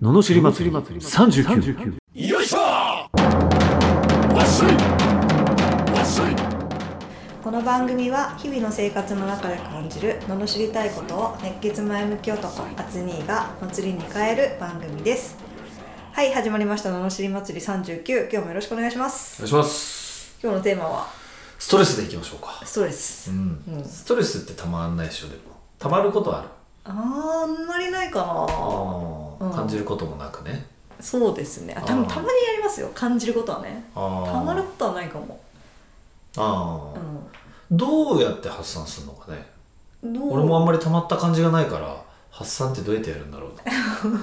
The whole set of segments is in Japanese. ののしり祭り39よいしょわっしょいわっしょいこの番組は日々の生活の中で感じる罵りたいことを熱血前向き男アツニーが祭りに変える番組ですはい始まりました罵り祭り39今日もよろしくお願いしまおす願いします今日のテーマはストレスでいきましょうかストレスうん、うんストレスってたまんないでしょでもたまることあるあーあんまりないかなあうあん感じることもなくねそうですねあたたあまーにやりますよ感じることはねああたまることはないかもああ、うどうやって発散するのかねんどう俺もあんまりたまった感じがないから発散ってどうやってやるん だろうな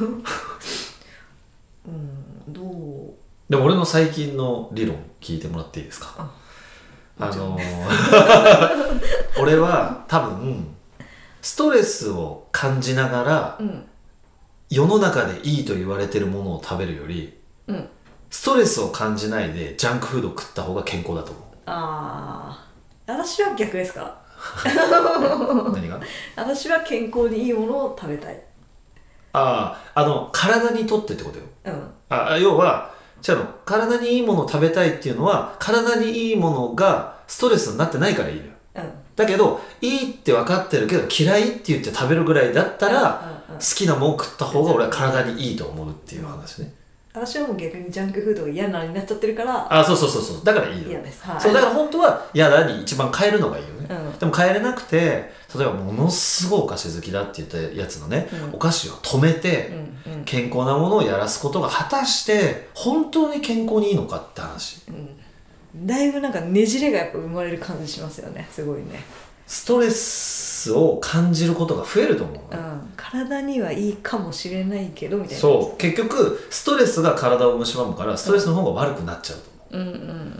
うんどうでも俺の最近の理論聞いてもらっていいですかあのー 俺は多分ストレスを感じながらうん世の中でいいと言われてるものを食べるよりうんストレスを感じないでジャンクフードを食った方が健康だと思ああ私は逆ですからう何が私は健康にいいものを食べたいあああの体にとってってことようんあ要は違うの体にいいものを食べたいっていうのは体にいいものがストレスになってないからいいのようんだけどいいって分かってるけど嫌いって言って食べるぐらいだったらうん好うんきなもん食った方が俺は体にいいと思うっていう話ね私はもう逆にジャンクフードが嫌なになっちゃってるからあそうそうそうそうだからいいの嫌よですはいそうだから本当は嫌だに一番変えるのがいいよねうんでも変えれなくて例えばものすごいお菓子好きだって言ったやつのね、うんお菓子を止めて、うんうん健康なものをやらすことが果たして本当に健康にいいのかって話だいぶなんかねじれがやっぱ生まれる感じしますよねすごいね、ストレスを感じることが増えると思ううのね、ん、体にはいいかもしれないけどみたいなそう結局ストレスが体を蝕むからストレスの方が悪くなっちゃうと思ううんう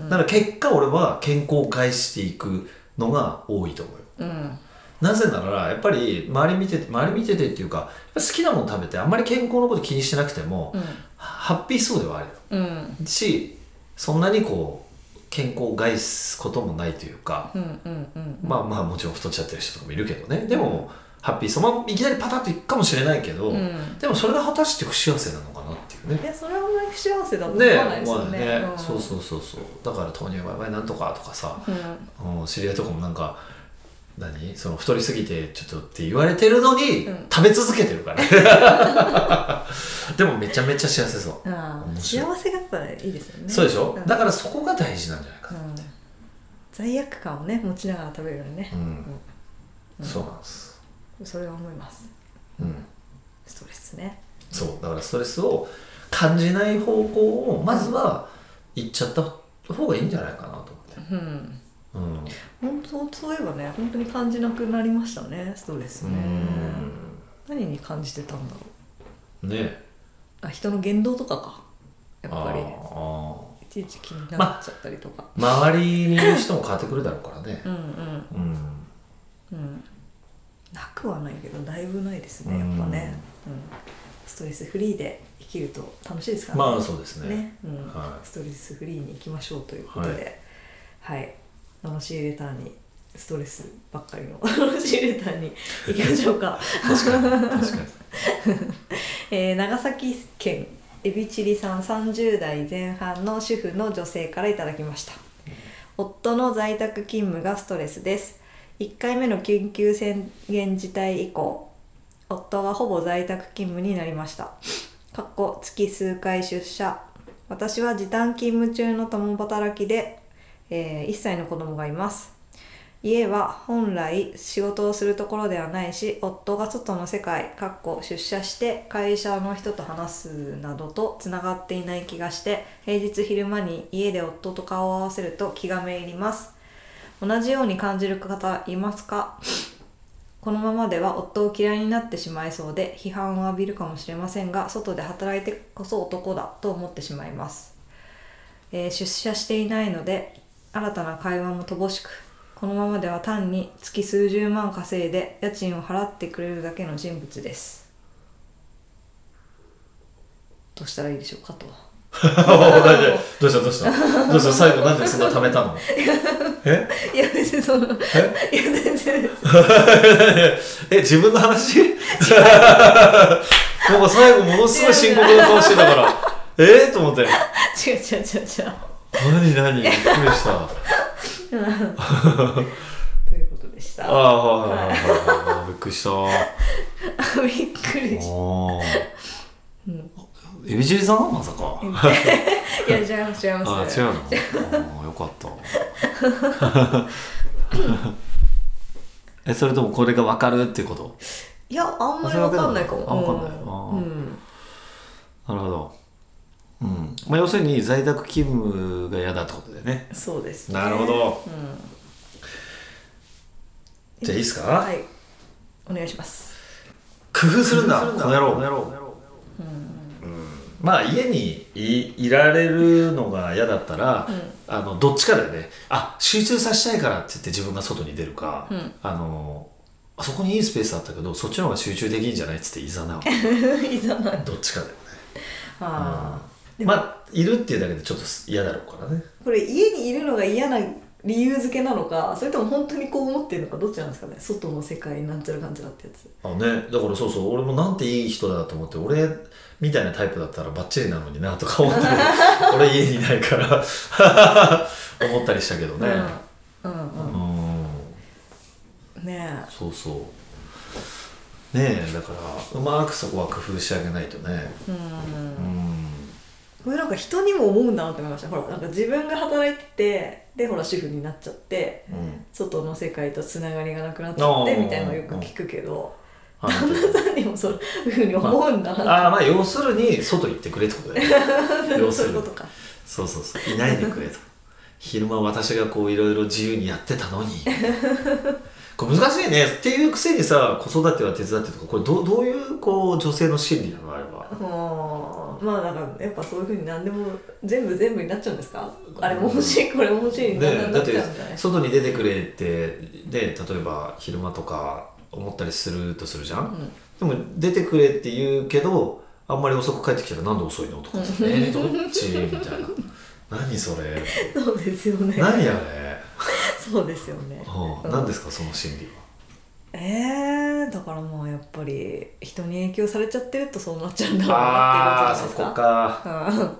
んう、だから結果俺は健康を害していくのが多いと思うようんうんなぜならやっぱり周り見てて周り見ててっていうかやっぱ好きなもの食べてあんまり健康のこと気にしてなくても、うんハッピーそうではあるようんしそんなにこう健康を害すこともないというか、うんうんうんまあまあもちろん太っちゃってる人とかもいるけどねでも、ハッピーそのいきなりパタッといくかもしれないけど、うんでもそれが果たして不幸せなのかなっていういね。やそれはあんまり不幸せだと思ねわないですよねまあねんそうそうそうそうだから糖尿病なんとかとかさ、うんうん、知り合いとかもなんか何その太りすぎてちょっとって言われてるのに、うん食べ続けてるからね でもめちゃめちゃ幸せそう、ああ面白い幸せがやっぱいいですよねそうでしょ、んだからそこが大事なんじゃないかな、うん罪悪感をね持ちながら食べるようにね、うん、そうなんです、それは思いますうん、ストレスねそうだからストレスを感じない方向をまずは行っちゃった方がいいんじゃないかなとうん思って本当そういえばね本当に感じなくなりましたねストレスうねん何に感じてたんだろうんねうあ人の言動とかかやっぱありーいちいち気になっちゃったりとか、あー周りにいる人も変わってくるだろうからねうんうんうんうんなくはないけどだいぶないですねやっぱね、うんストレスフリーで生きると楽しいですからねまあそうですねね、うんはいストレスフリーに行きましょうということで、はい、楽しいレターにストレスばっかりの 楽しいレターに行きましょうか、確かに確かに えー長崎県エビチリさん30代前半の主婦の女性からいただきました夫の在宅勤務がストレスです1回目の緊急宣言事態以降夫はほぼ在宅勤務になりましたかっこ月数回出社私は時短勤務中の共働きで、え1歳の子供がいます家は本来仕事をするところではないし夫が外の世界かっこ出社して会社の人と話すなどとつながっていない気がして平日昼間に家で夫と顔を合わせると気がめいります同じように感じる方いますかこのままでは夫を嫌いになってしまいそうで批判を浴びるかもしれませんが外で働いてこそ男だと思ってしまいます、えー出社していないので新たな会話も乏しくこのままでは単に月数十万稼いで家賃を払ってくれるだけの人物ですどうしたらいいでしょうかとどうしたどうしたどうした最後なんでそんな貯めた のえいや別にそのいや全然です え自分の話いなんか最後ものすごい深刻な顔してたからええと思って違う違う違う違う何何びっくりしたということでしたああはいはいはいはいはいびっくりしたあ びっくりしーエビチリさんまさかたいや違います違いあます違うのあーよかった えそれともこれが分かるってこといやあんまりわかんないかもあわかんないあうんーうんなるほど、うんまあ、要するに在宅勤務が嫌だってことだよねそうですねなるほどうんじゃあいいっすか、はいお願いします 工夫するんだこの野郎うんまあ家にいいられるのが嫌だったら、うんあのどっちかだよねあ集中させたいからって言って自分が外に出るか、うんあのあそこにいいスペースあったけどそっちの方が集中できんじゃないっつっていざなう いざないどっちかだよねあうんまあいるっていうだけでちょっと嫌だろうからねーこれ家にいるのが嫌な理由付けなのかそれとも本当にこう思ってるのかどっちなんですかね外の世界なんちゃらかんちゃらってやつあね、だからそうそう俺もなんていい人だと思って俺みたいなタイプだったらバッチリなのになとか思って 俺家にいないから 思ったりしたけどね、うんううんうんんねそうそうねえだからうまくそこは工夫してあげないとねえううんんこれなんか人にも思うんだなって思いましたほらなんか自分が働いててでほら主婦になっちゃってうん外の世界とつながりがなくなっちゃってあーみたいなのよく聞くけどはい旦那さんにもそういうふうに思うんだなああまあ要するに外行ってくれってことだよね 要すそうるいうにことかそうそうそういないでくれと昼間私がこういろいろ自由にやってたのにこれ難しいねっていうくせにさ子育ては手伝ってとかこれどうどういうこう女性の心理なのあれははあまあなんかやっぱそういうふうに何でも全部全部になっちゃうんですかあれも欲しいこれも欲しいみたいなねにだなっっちてゃうんじゃない外に出てくれってで例えば昼間とか思ったりするとするじゃん、でも出てくれって言うけどあんまり遅く帰ってきたらなんで遅いのとかさ、えー、どっちみたいな何それうんそうですよね何 やれ、そうですよねうん、何ですかその心理はえー、だからまあやっぱり人に影響されちゃってるとそうなっちゃうんだろうあなあっていそうことじゃこないですかか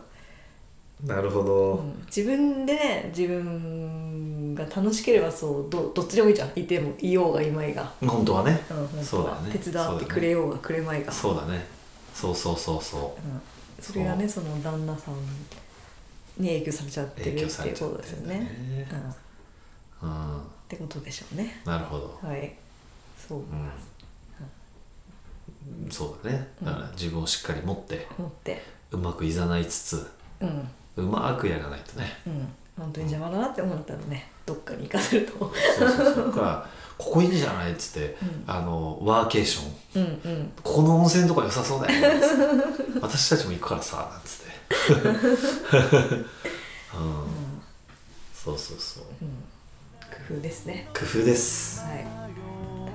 うんなるほうど、ん自分でね自分が楽しければそうどどっちでもいいじゃんいてもいようがいまいが、本当はねうん本当はそうだね手伝ってくれようがくれまいがそうだねそうそうそうそうんそれがねその旦那さんに影響されちゃっう影てるってい響されうちゃこっとですてよんだねねうん、っうんてことでしょうねなるほど、はいそう思います、うん、そうだねだから自分をしっかり持って思ってうまくいざないつつうんうまくやらないとねうん本当に邪魔だなって思ったらねどっかに行かせるとそうそうそうだからここいいんじゃないっつって、うんあのワーケーションうんうんここの温泉とか良さそうだよねつって私たちも行くからさなんつってうん、そうそうそう工夫ですね工夫ですはい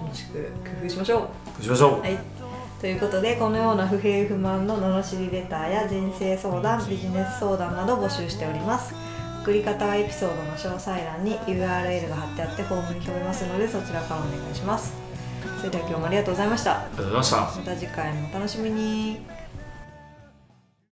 楽しく工夫しましょう行きましょう、はい、ということでこのような不平不満の罵りレターや人生相談ビジネス相談など募集しております送り方はエピソードの詳細欄に URL が貼ってあってフォームに飛べますのでそちらからお願いしますそれでは今日もありがとうございましたありがとうございましたまた次回もお楽しみに